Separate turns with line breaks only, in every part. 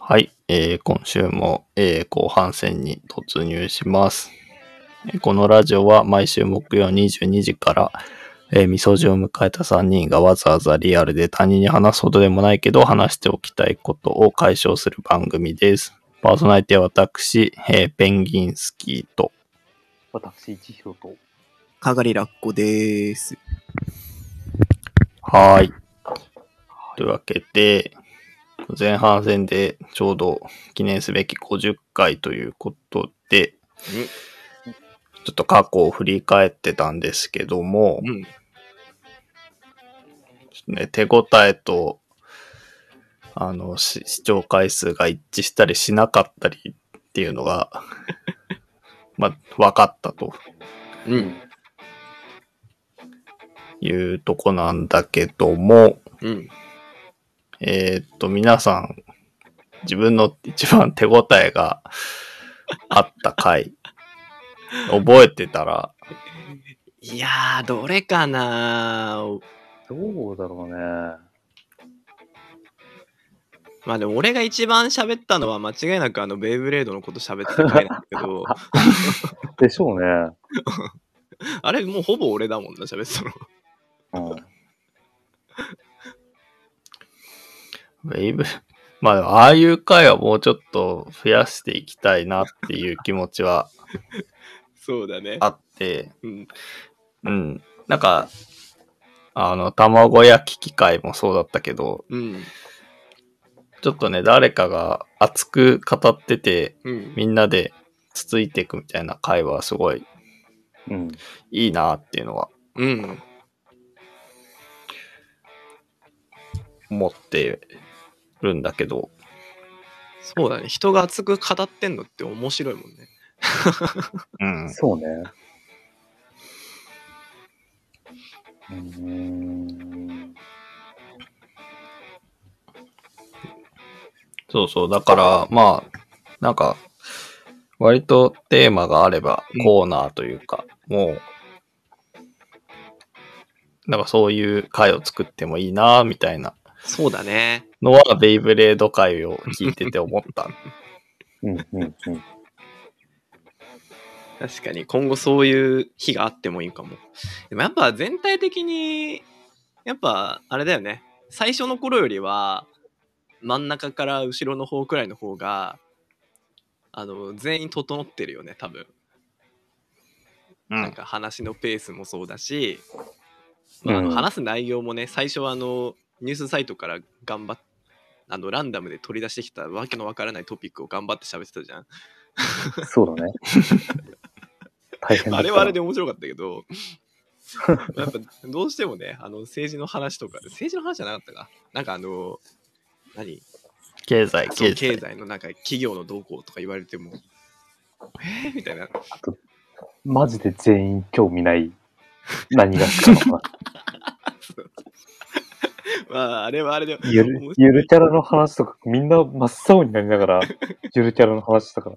はい、えー今週も、えー後半戦に突入します。えーこのラジオは毎週木曜22時から、えー、みそじを迎えた3人がわざわざリアルで他人に話すほどでもないけど話しておきたいことを解消する番組です。パーソナリティは私、えーペンギンスキーと。
私、一ひと。
かがりらっこでーす。
はーい。というわけで、前半戦でちょうど記念すべき50回ということで、ちょっと過去を振り返ってたんですけども、
ん。
ちょっとね、手応えと、あの、し視聴回数が一致したりしなかったりっていうのが、まあ、分かったと
うん。
いうとこなんだけども、
うん。
えーっと、皆さん、自分の一番手応えがあった回、覚えてたら、
いやー、どれかなー
どうだろうね。
まあでも俺が一番喋ったのは間違いなくあのベイブレードのこと喋ってた回なんだけ ど、
でしょうね。
あれもうほぼ俺だもんな、喋ってたの。
うん。
ウェイブ、まあでも、ああいう回はもうちょっと増やしていきたいなっていう気持ちは
そうだね。
あって、
うん。
うん。なんか、あの、卵焼き機械もそうだったけど、
うん。
ちょっとね、誰かが熱く語ってて、
うん。
みんなでつついていくみたいな回はすごい
うん。
いいなっていうのは
うん。
思ってるんだけど、
そうだね。人が熱く語ってんのって面白いもんね。
うん。
そうね。うーん。
そうそう。だから、まあ、なんか、割とテーマがあれば
うん
コーナーというか、もう、なんかそういう回を作ってもいいな、みたいな
そうだね。
のは、ベイブレード回を聞いてて思った。
うんうんうん。
確かに今後そういう日があってもいいかも。でもやっぱ全体的に、やっぱあれだよね。最初の頃よりは、真ん中から後ろの方くらいの方が、あの、全員整ってるよね、多分。
う
なん
ん。
か話のペースもそうだし、
うん
まああの話す内容もね、最初はあの、ニュースサイトから頑張っあの、ランダムで取り出してきたわけのわからないトピックを頑張って喋ってたじゃん。
そ うだね。大変だった
あれはあれで面白かった けど、やっぱどうしてもね、あの政治の話とか、政治の話じゃなかったか、なんかあの、何
経済、
そう
経
経
済。
済のなんか企業の動向とか言われても、えー、みたいな、
マジで全員興味ない。何が好きなの か。
まあ、あれはあれで、
ゆる
面白い、
ゆるキャラの話とか、みんな真っ青になりながら、ゆるキャラの話とか。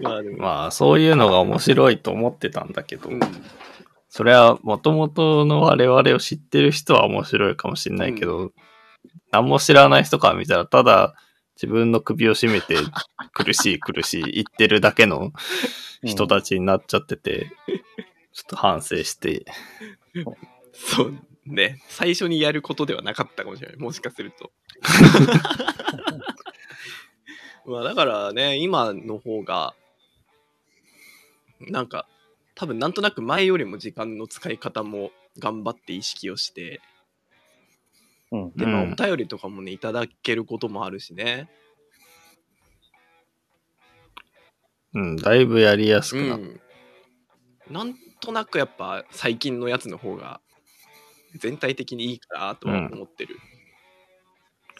まあでも、
まあ、そういうのが面白いと思ってたんだけど、
うん
それは元々の我々を知ってる人は面白いかもしれないけど、何も知らない人から見たら、ただ自分の首を絞めて苦しい苦しい言ってるだけの人
ち。
たちになっちゃってて、ちょっと反省して、
そうね、最初にやることではなかったかもしれない、もしかすると。まあだからね、今の方が、なんか、多分なんとなく前よりも時間の使い方も頑張って意識をして、
うん。
で、まあ、
うん
お便りとかもね、いただけることもあるしね。
うん、だいぶやりやす
う
くなっ
ん。なんとなくやっぱ最近のやつの方が全体的にいいかなとは思ってる。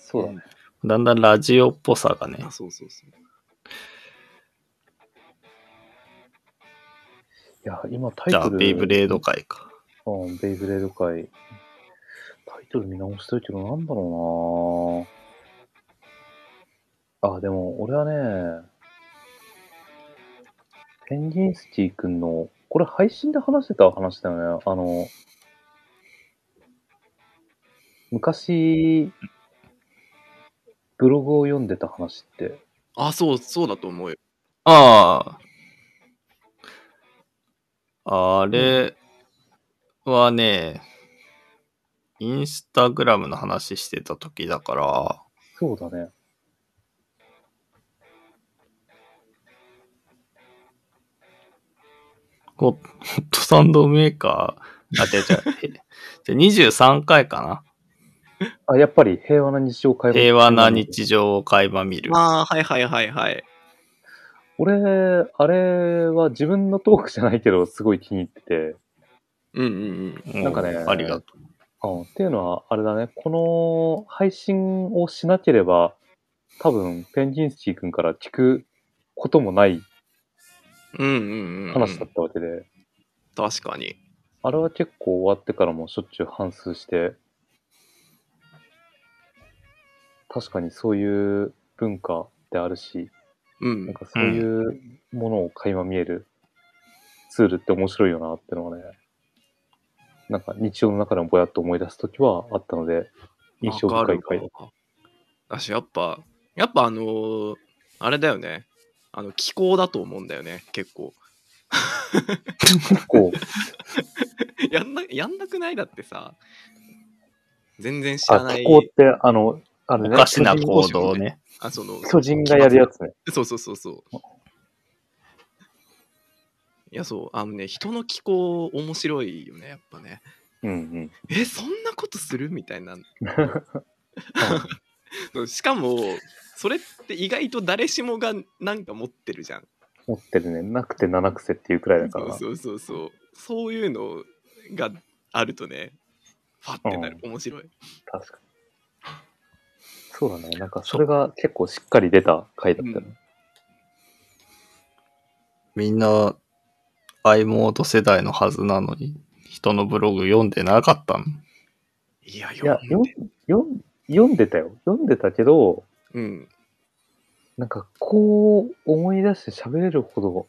そうだね。
だんだんラジオっぽさがね
あ、、そうそうそう。
いや、今タイ
じゃ
ト
あ、
ル。
ベイブレード会か。
うん、ベイブレード界。タイトル見直してるけど、なんだろうなぁあ、でも、俺はね、ペンギンスキーくんの、これ配信で話してた話だよね。あの、昔、ブログを読んでた話って、
あ、そう、そうだと思うよ。
ああ。あれはね、インスタグラムの話してた時だから、
そうだね。
ホホットサンドメーカー、あ、違 う違うえ。じゃあ23回か
あ、やっぱり平和な日常会
な平和な日常を垣間見る。
ああ、はいはいはいはい。
俺、あれは自分のトークじゃないけど、すごい気に入ってて。
うんうん
う
なんかね
ありがとう。
うん、っていうのは、あれだね、この配信をしなければ、多分、ペンギンスキー君から聞くこともない
うん。うんうんうん。
話だったわけで、
確かに。
あれは結構終わってからもしょっちゅう反数して、確かにそういう文化であるし、
う
なん
ん。
かそういうものを垣間見えるツールって面白いよなってのはね、なんか日常の中でもぼやっと思い出すときはあったので、印象
わか
深い
る
回だっ
わだし、やっぱ、やっぱあのーあれだよね。あの、気候だと思うんだよね、結構。
た。こう
やんな、やんなくないだってさ、全然知ら
あ、
ない。
気候って、あの、あれ
お
ね、
かしな行動ね。
あ、その、
巨人がやるやつね。
そうそうそうそう。いや、そう、あのね、人の気候面白いよね、やっぱね。
うんうん。
え、そんなことするみたいな。しかも、それって意外と誰しもがなんか持ってるじゃん。
持ってるね。なくて七癖っていうくらいだか
そ
ら
う
な。
そうそうそう。そういうのがあるとね、ファってなる。面白い。
確かに。そうだね。なんか、それが結構しっかり出た回だったよね。
みんな、i モード世代のはずなのに、人のブログ読んでなかったの。
いや、
いや、
読
よ
んで。
よん読んでたよ。読んでたけど、
うん。
なんか、こう思い出して喋れるほど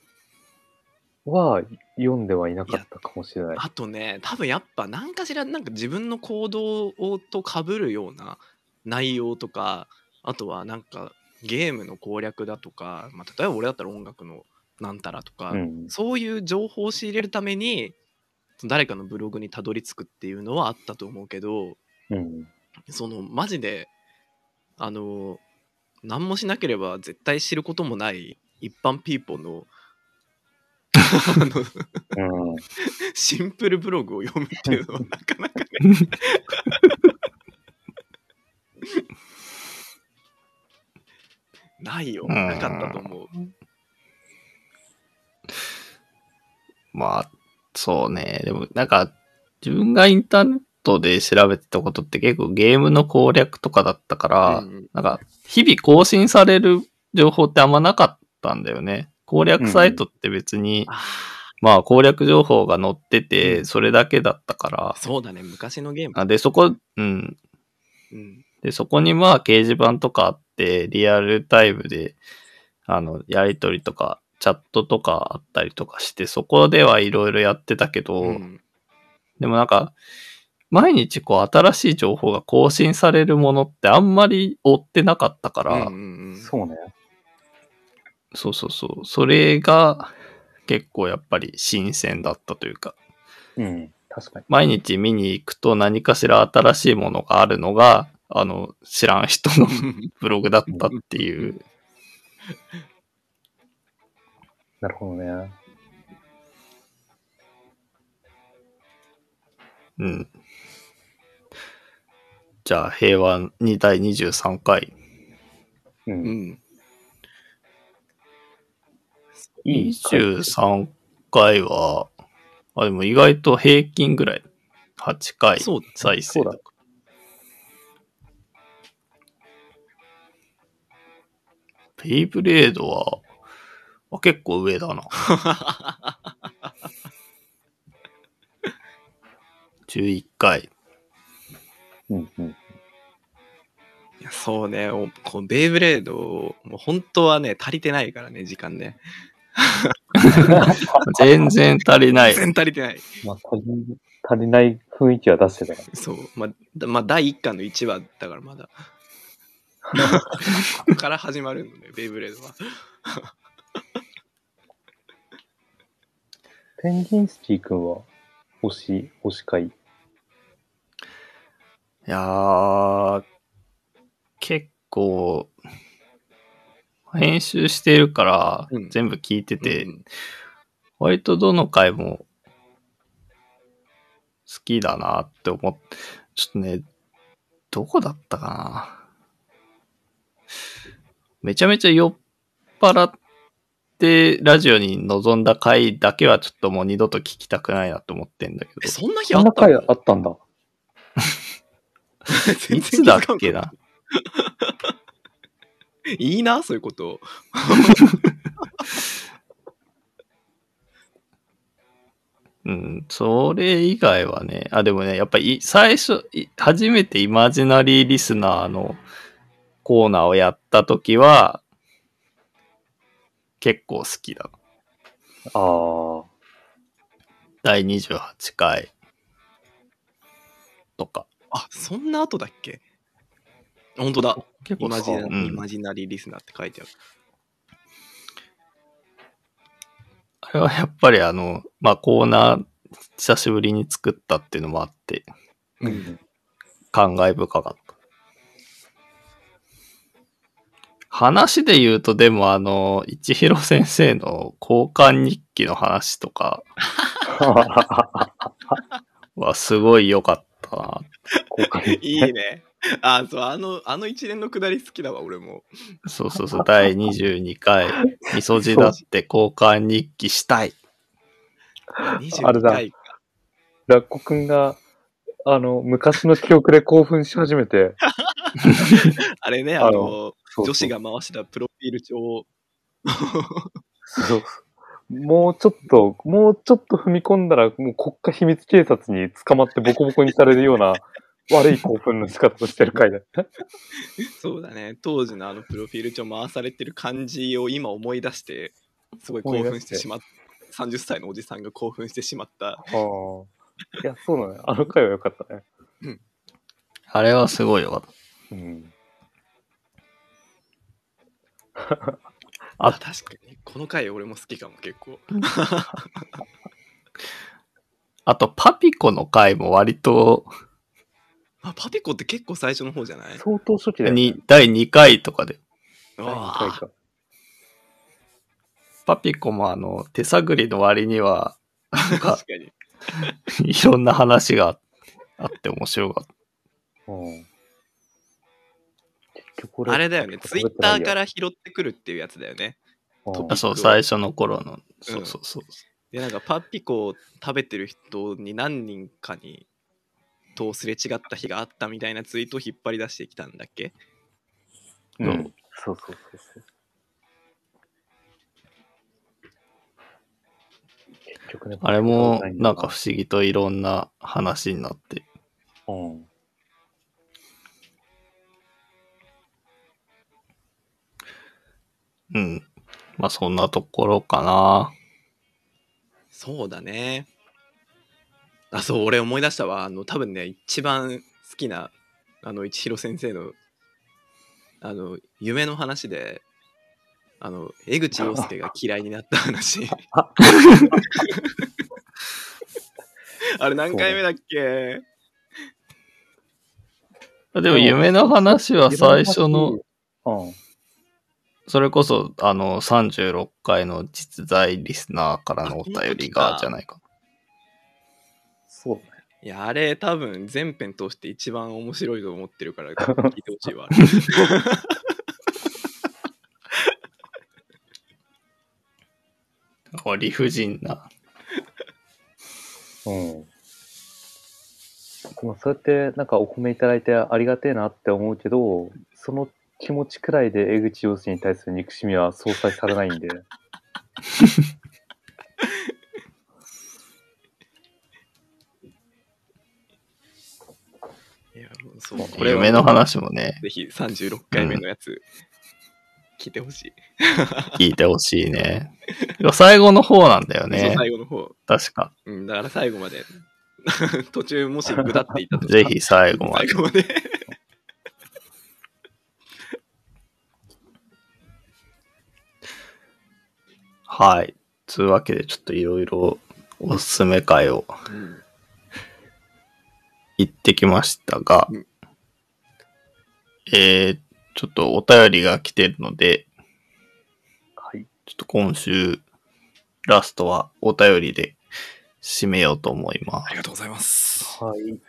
は読んではいなかったかもしれない。
あとね、多分やっぱ何かしらなんか自分の行動とかぶるような内容とか、あとはなんかゲームの攻略だとか、まあ、例えば俺だったら音楽のなんたらとか、
うん。
そういう情報を仕入れるために誰かのブログにたどり着くっていうのはあったと思うけど
うん。
そのマジであの何もしなければ絶対知ることもない一般ピーポーのあの
うん。
シンプルブログを読むっていうのはなかなか ねないよ
うん
なかったと思う
まあ、そうね。でも、なんか、自分がインターネットで調べてたことって結構ゲームの攻略とかだったから、
うん
なんか、日々更新される情報ってあんまなかったんだよね。攻略サイトって別に、
あ
まあ攻略情報が載って
う
て、
ん
それだけだったから
ー。そうだね昔のゲーム
あで、そこ、うん。
うん
で、そこにまあ掲示板とかあって、リアルタイムで、あの、やりとりとか、チャットとかあったりとかして、そこではいろいろやってたけど、
うん
でもなんか、毎日こう新しい情報が更新されるものってあんまり追ってなかったから、
うんうんうん
そうね。
そうそうそう、それが結構やっぱり新鮮だったというか、
うん。確かに。
毎日見に行くと何かしら新しいものがあるのが、あの、知らん人 のブログだったっていう。
なるほどね。
うん。じゃあ、平和2第23回。
う。
うんん
いい回
23回は、あ、でも意外と平均ぐらい。8回
そう
再生とか。ペイブレードは、あ結構上だ な。11回。
うんうん。
いやそうね、おこうベイブレード、もう本当はね、足りてないからね、時間ね。
全然足りない。
全然足りてない。
まあ、足り足りない雰囲気は出してたか
そう、まあ、だまあ、第1巻の1話だからまだ。ここから始まるのね、ベイブレードは。
ペンギンスキー君は、星、星会。
いやー、結構、編集してるから
うん、
全部聞いてて、
うん
割とどの回も、好きだなって思って、ちょっとね、どこだったかな。めちゃめちゃ酔っ払って、ラジオに臨んだ回だけはちょっともう二度と聞きたくないなと思ってんだけ
え、
ど。
そんな日あ
そん
っ
な
た
回
の
あったんだ。
い
全然
つだっ
気づ
け
かん
な
かっ。たいいな、そういうこと。
うん、それ以外はね、あ、でもね、やっぱり最初、い初めてイマジナリーリスナーのコーナーをやったときは、結構好きだ。
ああ。
第28回とか。
あ、そんな後だっけ本当だ。
結
イマジナ
うん
イマジナリーリスナーって書いてある。
あれはやっぱりあの、まあ、コーナー久しぶりに作ったっていうのもあって、
うん。
感慨深かった。話で言うと、でもあの、一広先生の交換日記の話とかはすごい良かったな。
公開。
いいね。あ、そう、あの、あの一連のくだり好きだわ、俺も。
そうそうそう、第22回、みそじだって交換日記したい。
あれ
22
だ
回か。
ラッコくんが、あの、昔の記憶で興奮し始めて、
あれね、あ
あ
の
の、そうそう
女子が回したプロフィール帳を。
そうもうちょっと、もうちょっと踏み込んだら、もう国家秘密警察に捕まってボコボコにされるような、 悪い興奮の仕方をしてる回だった。
そうだね、当時のあのプロフィール帳回されてる感じを今思い出して、すごい興奮してしまった。30歳のおじさんが興奮してしまった。
ああ。いや、そうだね。あの回は良かったね。
あれはすごい良かった。
うん。
あ
あ、確かに。この回俺も好きかも、結構。
あと、パピコの回も割と、
あ、パピコって結構最初の方じゃない
相当初期だよね。
に第2回とかで、
第二回か。
パピコもあの、手探りの割には、
あー 確かに。
いろんな話があって面白かった。
うん。結局俺
あれだよね、ツイッターから拾ってくるっていうやつだよね。
うん
あそう、最初の頃の、そううんそうそう。
で、なんかパピコを食べてる人に何人かに、とすれ違った日があったみたいなツイートを引っ張り出してきたんだっけ
うん
うん
そうそうそうそう。結局ね、
あれも
パピコ、
なんか不思議といろんな話になって。
うん。
うん。まあ、そんなところかな。
そうだね。あ、そう、俺思い出したわ。あの、多分ね、一番好きな、あの、一広先生の、あの、夢の話で、あの、江口洋介が嫌いになった話。あれ何回目だっけ
でも、夢の話は最初の、
うん。
それこそ、あの、36回の実在リスナーからのお便り
あこの時か
が、じゃないか。
そうね。
いや、あれ多分全編通して一番面白いと思って るから、聞いてほしいわ。
こう理不尽な。
うん。でもそうやって、なんかお褒めいただいてありがてえなって思うけど、その気持ちくらいで江口洋介に対する憎しみは相殺されないんで。
いや、もうそう、これは
夢の話もね、
ぜひ36回目のやつ、聞いてほしい。
聞いてほしい ね。最後の方なんだよ
そう
ね。
最後の方。
確か。
うん、だから最後まで。 途中もし下っていたとした
ぜ
ら
ひ最後まで
最。後まで。
はい。つうわけで、ちょっといろいろおすすめ会を
うん
行ってきましたが、
うん
えー、ちょっとお便りが来てるので、
はい。
ちょっと今週、ラストはお便りで締めようと思いま
あ
す。
りがとうございます。
はい。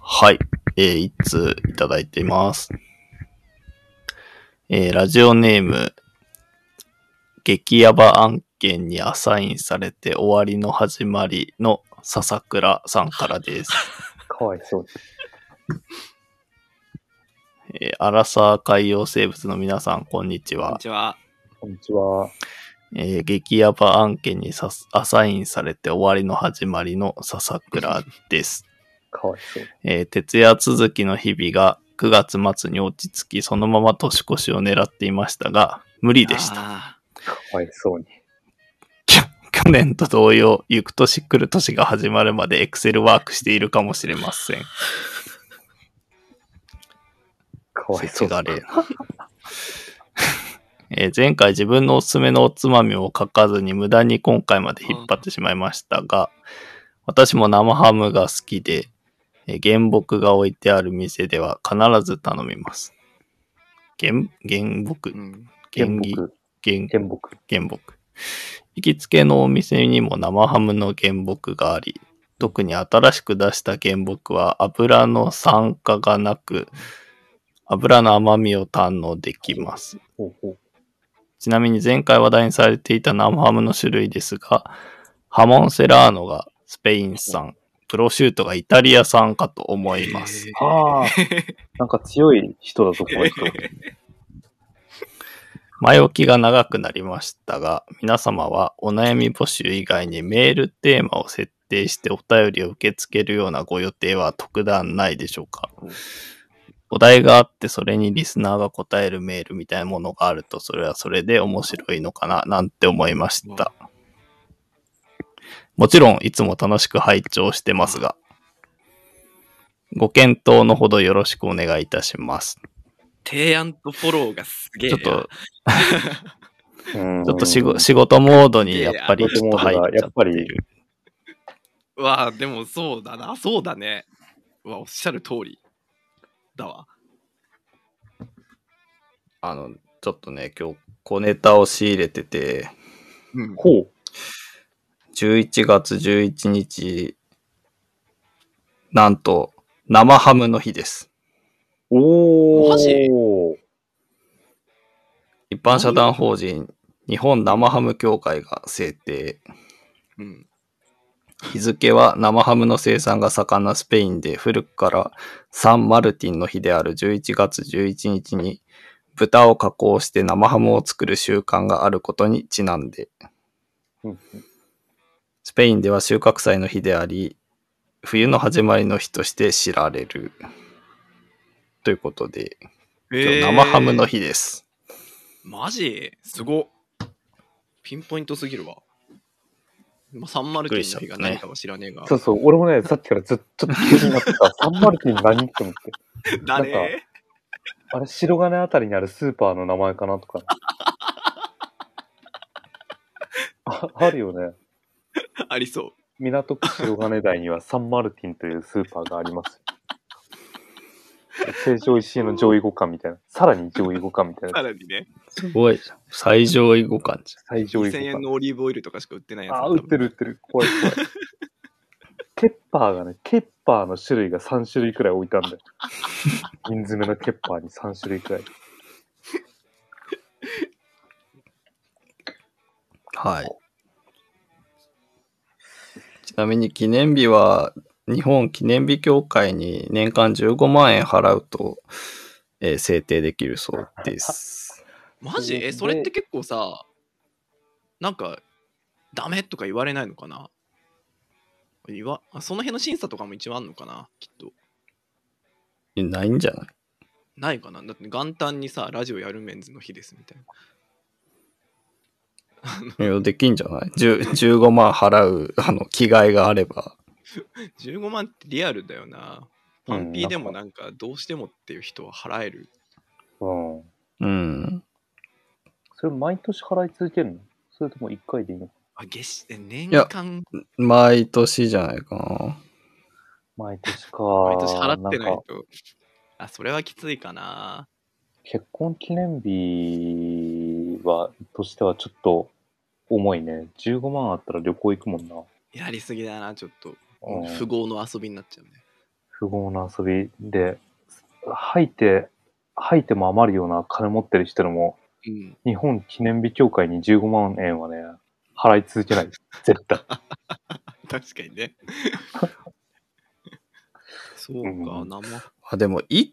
はい。えー、一通いただいてます。えー、ラジオネーム、激ヤバ案件にアサインされて終わりの始まりの笹倉さんからです。
かわいそうです。
えー、アラサー海洋生物の皆さん、こんにち
こん
は
に。ちは。
こんにちは。
えー激ヤバ案件にさすアサインされて終わりの始まりの笹倉です。
かわいそう。
えー徹夜続きの日々が9月末に落ち着き、そのまま年越しを狙っていましたが、無理でした。
た。
かわいそうに。
きょ去年と同様、行く年来る年が始まるまでエクセルワークしているかもしれません。
かわいそ
世
う。
がれえな えー前回自分のおすすめのおつまみを書かずに無駄に今回まで引っ張ってしまいましたが、私も生ハムが好きで、えー原木が置いてある店では必ず頼みます。原、原木
うん。
原
原
木
木。
原
原木。
原木。行きつけのお店にも生ハムの原木があり、特に新しく出した原木は油の酸化がなく、油の甘みを堪能できます。
ほうほう。
ちなみに前回話題にされていた生ハムの種類ですが、ハモンセラーノがスペイン産、プロシュートがイタリア産かと思います。
えー
ああ。 なんか強い人だぞ、この人。
前置きが長くなりましたが、皆様はお悩み募集以外にメールテーマを設定してお便りを受け付けるようなご予定は特段ないでしょうか
うん
お題があってそれにリスナーが答えるメールみたいなものがあるとそれはそれで面白いのかななんて思いました。もちろんいつも楽しく拝聴してますが、ご検討のほどよろしくお願いいたします。
提案とフォローがすげえ
ちょっ
な。
とち
ちょ
ょっと仕事仕事モードにやっぱりちょっと入っちゃ
やっ
って
ぱ
る
り。
わあ、でもそうだな。そうだね。うわ、おっしゃる通り。だわ。
あの、ちょっとね、今日小ネタを仕入れてて、
うん。
ほう。
11月11日、なんと生ハムの日です。
おー。
マジ
一般社団法人日本生ハム協会が制定。
うん。
日付は生ハムの生産が盛んなスペインで古くからサンマルティンの日である11月11日に豚を加工して生ハムを作る習慣があることにちなんで
うんうん
スペインでは収穫祭の日であり冬の始まりの日として知られるということで今日生ハムの
え
日です、
ーマジすごっ。ピンポイントすぎるわ。まあ、サンマルティンの日が何かは知らねえが。
そうそう、俺もね、さっきからずっと気になってた。サンマルティン何って思って。なん
誰
あれ、白金あたりにあるスーパーの名前かなとか。ああるよね。
ありそう。
港区白金台にはサンマルティンというスーパーがあります。成城石井の上位互換みたいな。さらに上位互換みたい
さ
な。
らにね、
すごいじゃん最上位互換じ
最上位
2000
互換
円。のオリーブオイルとかしか売ってないやつだ。
あー、売ってる売ってる。怖い怖い。ケッパーがね、ケッパーの種類が3種類くらい置いたんだよ。瓶詰めのケッパーに3種類くらい。
ゃんはいちなみに記念日は日本記念日協会に年間15万円払うと、えー制定できるそうです。
マジえ、
で
それって結構さ、なんか、ダメとか言われないのかな言わあその辺の審査とかも一応あんのかなきっと。
ないんじゃない
ないかなだって元旦にさ、ラジオやるメンズの日ですみたいな。
いやできんじゃない10 ?15 万払う、 あの、着替えがあれば。
15万ってリアルだよな。パンピーでもなんかどうしてもっていう人は払える。
うん。
うん。
それ毎年払い続けるのそれとも1回でいいの
あ、月始え年
や
間、
毎年じゃないかな。
毎年か。
毎年払ってない
んか
と。あ、それはきついかな。
結婚記念日は、としてはちょっと重いね。15万あったら旅行行くもんな。
やりすぎだな、ちょっと。
うん
富豪の遊びになっちゃうね。
不合な遊びで、吐いて、吐いても余るような金持ってる人でも、
うん。
日本記念日協会に15万円はね、払い続け ない。絶対。
確かにね。そうか、
うん
生。
あ、でも、い、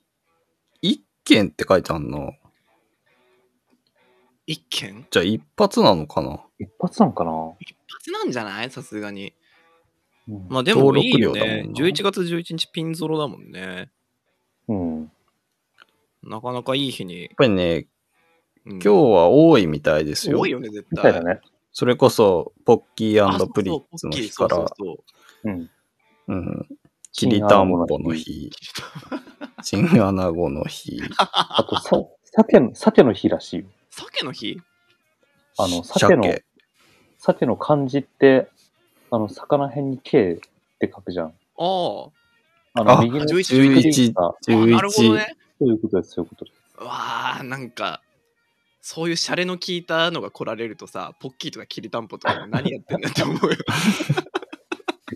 一件って書いてあんな。
一件
じゃあ一発なのかな。
一発なんかな、
一発なんじゃないさすがに。
うん、
まあでもいいよ
登録料だ
ね
もん。な
11月11日ピンゾロだもんね。
うん。
なかなかいい日に。
やっぱりね、
今
今日は多いみたいですよ。
多いよね、絶
みたい
対。
だね。
それこそ、ポッキ
あそう
ー
そう
プリッツの日か
ポッ
ら、
キーそうそうそう
うん。
うん、きりたんぽの日、チンアナゴの 日、
あと、さ、鮭の、鮭の日らしいよ。
鮭の日
あの鮭の
鮭
鮭の漢字って、あの、魚辺に K って書くじゃん。
ああ。
あの、
あ
右の
11
11
が
あなるほどね。
そういうことです、そういうことです。
わあ、なんか、そういうシャレの効いたのが来られるとさ、ポッキーとかきりたんぽとか何やってんだって思う よ。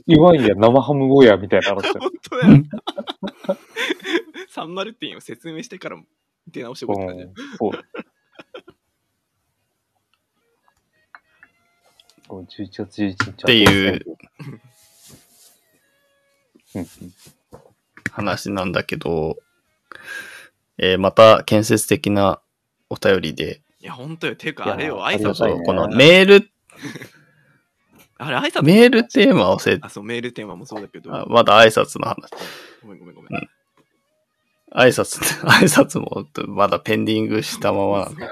いわゆる生ハムゴーヤーみたいな話だよ。
本当だよ。サンマルティンを説明してから出直してこいって感じ だよ
うんそう。そう11月11日っ
っていう。
うん
話なんだけど、えーまた建設的なお便りで、
いや、本当よ。ていうか、あれ
い
よ、
やあ
挨
りが
そう
た
そ
いうね
このメール、
あれ、挨拶
メールテーマをせ、
あ、そう、メールテーマもそうだけど。
あまだ挨拶の話、
ごめんごめんごめん。
挨拶、 挨拶もまだペンディングしたままなんで、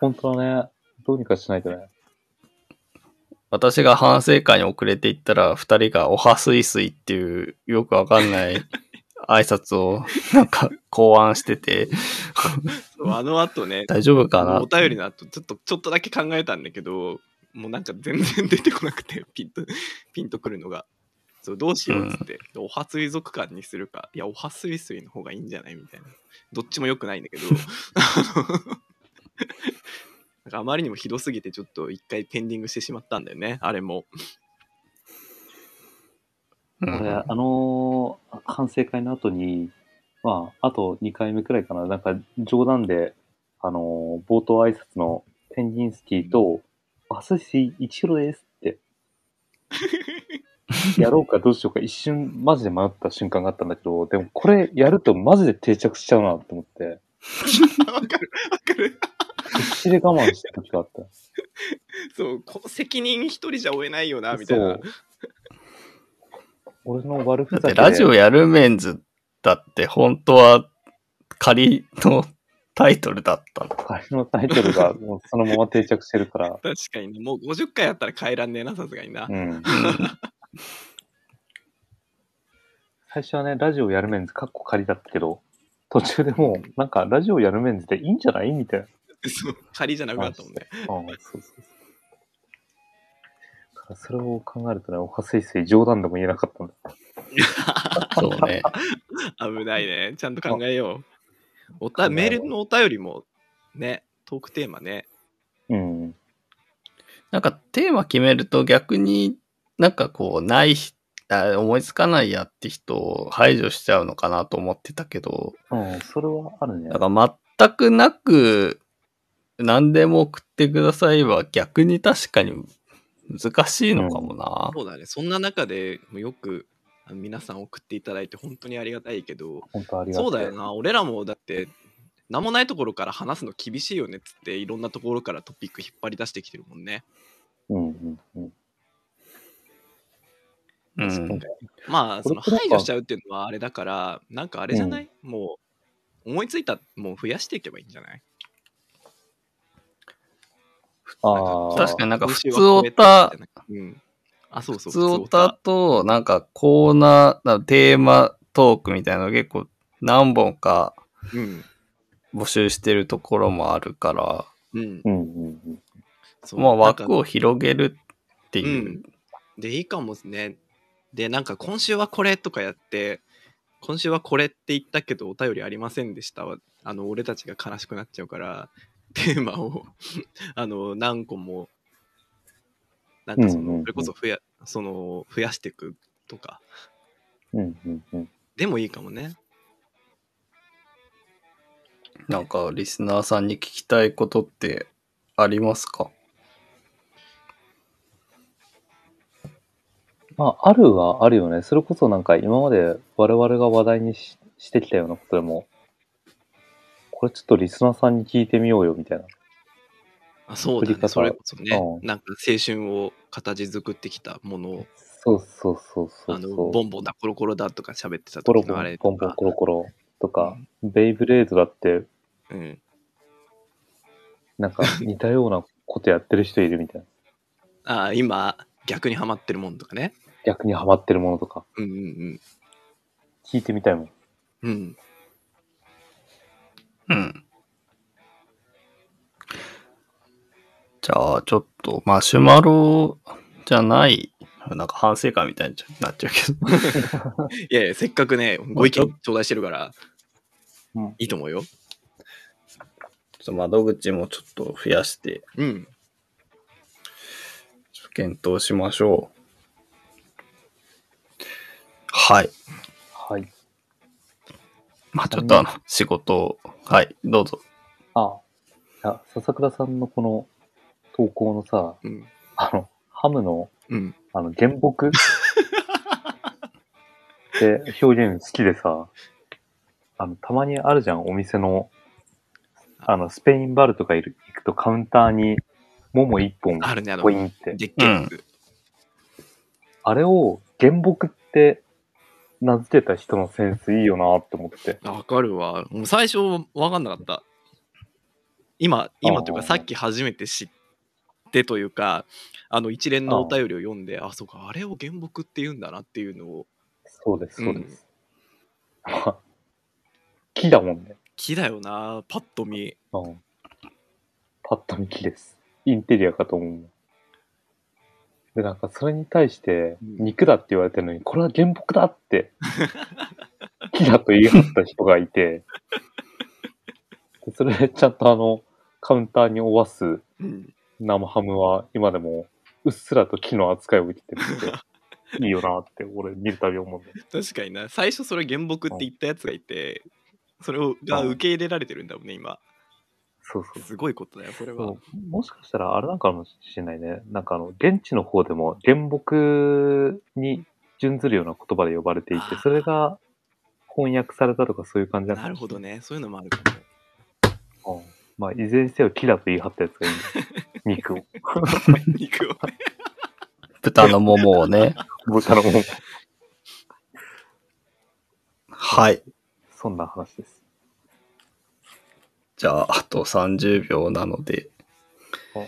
本当だね。どうにかしないとね。
私が反省会に遅れていったら、二人がおはすいすいっていうよくわかんない挨拶をなんか考案してて、
そうあの後ね、
大丈夫かな
お便りの後、ちょっと、ちょっとだけ考えたんだけど、もうなんか全然出てこなくて、 ピンと、ピンとくるのが。そう、どうしようっつって、おは水族館にするか、いや、おは水水の方がいいんじゃないみたいな。どっちも良くないんだ けど、あのなんかあまりにもひどすぎて、ちょっと一回ペンディングしてしまったんだよね、あれも。
う
これ、
ん
あのー反省会の後に、まあ、あと2回目くらいかな、なんか冗談で、あのー冒頭挨拶のペンギンスキーと、バスシー一郎ですって、 やろうかどうしようか、一瞬マジで迷った瞬間があったんだけど、でもこれやるとマジで定着しちゃうなと思って、
わかる、わかる。
必死で我慢した時があった。
そう、この責任一人じゃ負えないよな、みた
そ
いな
う。。俺の悪ふ
だっ
ざ
て
けで。
ラジオやるメンズだって本当は仮のタイトルだったの。
あれのタイトルがもうそのまま定着してるから。
確かにね、もう50回やったら帰らんねえな、さすがにな。
うん。最初はね、ラジオやるメンズ、カッコ仮だったけど、途中でもう、なんか、ラジオやるメンズでいいんじゃないみたいな。
そう、仮じゃなくなったもんね。
ああ、そうそうそう。だからそれを考えるとね、おはすいすい冗談でも言えなかったんだ。
そうね。
危な いね。ちゃんと考えよう。お
考え
た
よう
メールのお便りもね、トークテーマね。
うん。
なんかテーマ決めると逆になんかこうない人、あ思いつかないやって人を排除しちゃうのかなと思ってたけど、
うん、それはあるね。
なんか全くなく何でも送ってくださいは逆に確かに難しいのかもな。
そうだね。そんな中でもよくあ皆さん送っていただいて本当にありがたいけど、
本当ありがたい。
そうだよな。俺らもだって、何もないところから話すの厳しいよねっつって、いろんなところからトピック引っ張り出してきてるもんね。
うんうんうん。
う
確か
ん
に。まあ、その
これ
排除しちゃうっていうのはあれだから、なんかあれじゃない、もう、思いついた、もう増やしていけばいいんじゃない
ああ。
確かになんか
今
普
週
通
は
オ
これとか
タ
じゃ、ないうん。あ、そうそ
普
う。
通オタとなんかコーナー、なんかテーマトークみたいなの結構何本か
普通オタ。うん。
募集してるところもあるから、
うん
う。んうん
そう
まあ
なんか
枠を広げるっていう。
でいいかもね。で、なんか今週はこれとかやって、今週はこれって言ったけどお便りありませんでしたは、あの、俺たちが悲しくなっちゃうから、 テーマを、 あの、何個も、なんかそ
うんうんう
の、
ん
それこそ増や、その、増やしていくとか、
うんうんうんうん
でもいいかもね。
なんかリスナーさんに聞きたいことってありますか
まあ、あるはあるよね。それこそなんか今まで我々が話題にししてきたようなことでも、これちょっとリスナーさんに聞いてみようよみたいな。
あそう
作
だ
り
ね。
方
それこそね、
うん
なんか青春を形作ってきたものを、
そうそうそうそうそう。
あの、ボンボンだ、コロコロだとか喋ってた
コロ
時
コ
のあ
ロ
れ、
ボ
と
ンボン
か、
コロコロとか、ベイブレードだって、
うん。
なんか似たようなことやってる人いるみたいな。
あー今逆にハマってるもんとかね
逆にハマってるものとか、
うんうん
聞いてみたいもん。
うん
う
うん
ん。じゃあ、ちょっと、マシュマロじゃない、なんか反省会みたいになっちゃうけど。
いやいやせっかくねご意見頂戴してるから
うん
いいと思うよ
ちょっと窓口もちょっと増やして、
うん
ちょっと検討しましょう。はい。
はい。
まあちょっとあの、仕事を、はい、どうぞ。
あ、いや、笹倉さんのこの投稿のさ、
うん
あの、ハムの
うん
あの、原 木って表現好きでさ、あの、たまにあるじゃん、お店の、あの、スペインバルとかいる行くとカウンターに、桃一本、
あるねあの
ポイ
で
ンって。
っけえやつ
あれを、原木って、名付けた人のセンスいいよなって思って。
あわかるわもう最初わかんなかった今今というか
あー
さっき初めて知ってというかあの一連のお便りを読んであそうかあれを原木って言うんだなっていうのを
そうです、そうです。 木だもんね。
木だよなパッと見
うん。パッと見木です。インテリアかと思う。で、なんかそれに対して、
うん
肉だって言われてるのに、これは原木だって、 木だと言い張った人がいて、でそれでちゃんとあの、カウンターにおわす
うん
生ハムは今でも、うっすらと木の扱いを受けてる っていいよなって、俺見るたび思うんだよ。
確かにな最初それ原木って言ったやつがいてそれをが
うん
受け入れられてるんだもんね今
そうそう。
すごいことだよそれは
そうもしかしたらあれなんかもしれないね。なんかあの、現地の方でも原木に準ずるような言葉で呼ばれていて
あー、
それが翻訳されたとかそういう感じなの
なるほどねそういうのもあるかも
うんまあ、いずれにせよ木だと言い張ったやつがい いんだよ。肉を。
肉を
豚の桃をね。
豚のもん
はい。
そんな話です。
じゃあ、あと30秒なので
お。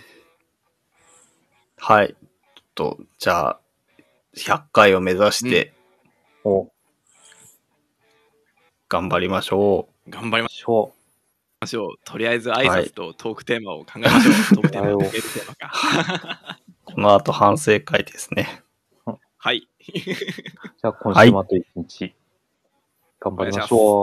はい。ちょっと、じゃあ、100回を目指して
お、
頑張りましょ
頑張り
しょ
ましょうとりあえず挨拶とトークテーマを考えましょう、 トークテーマ
はい
メールテーマか
う。この後反省会ですね。
はい
う。じゃあ今週もあと一日、頑張りましょう。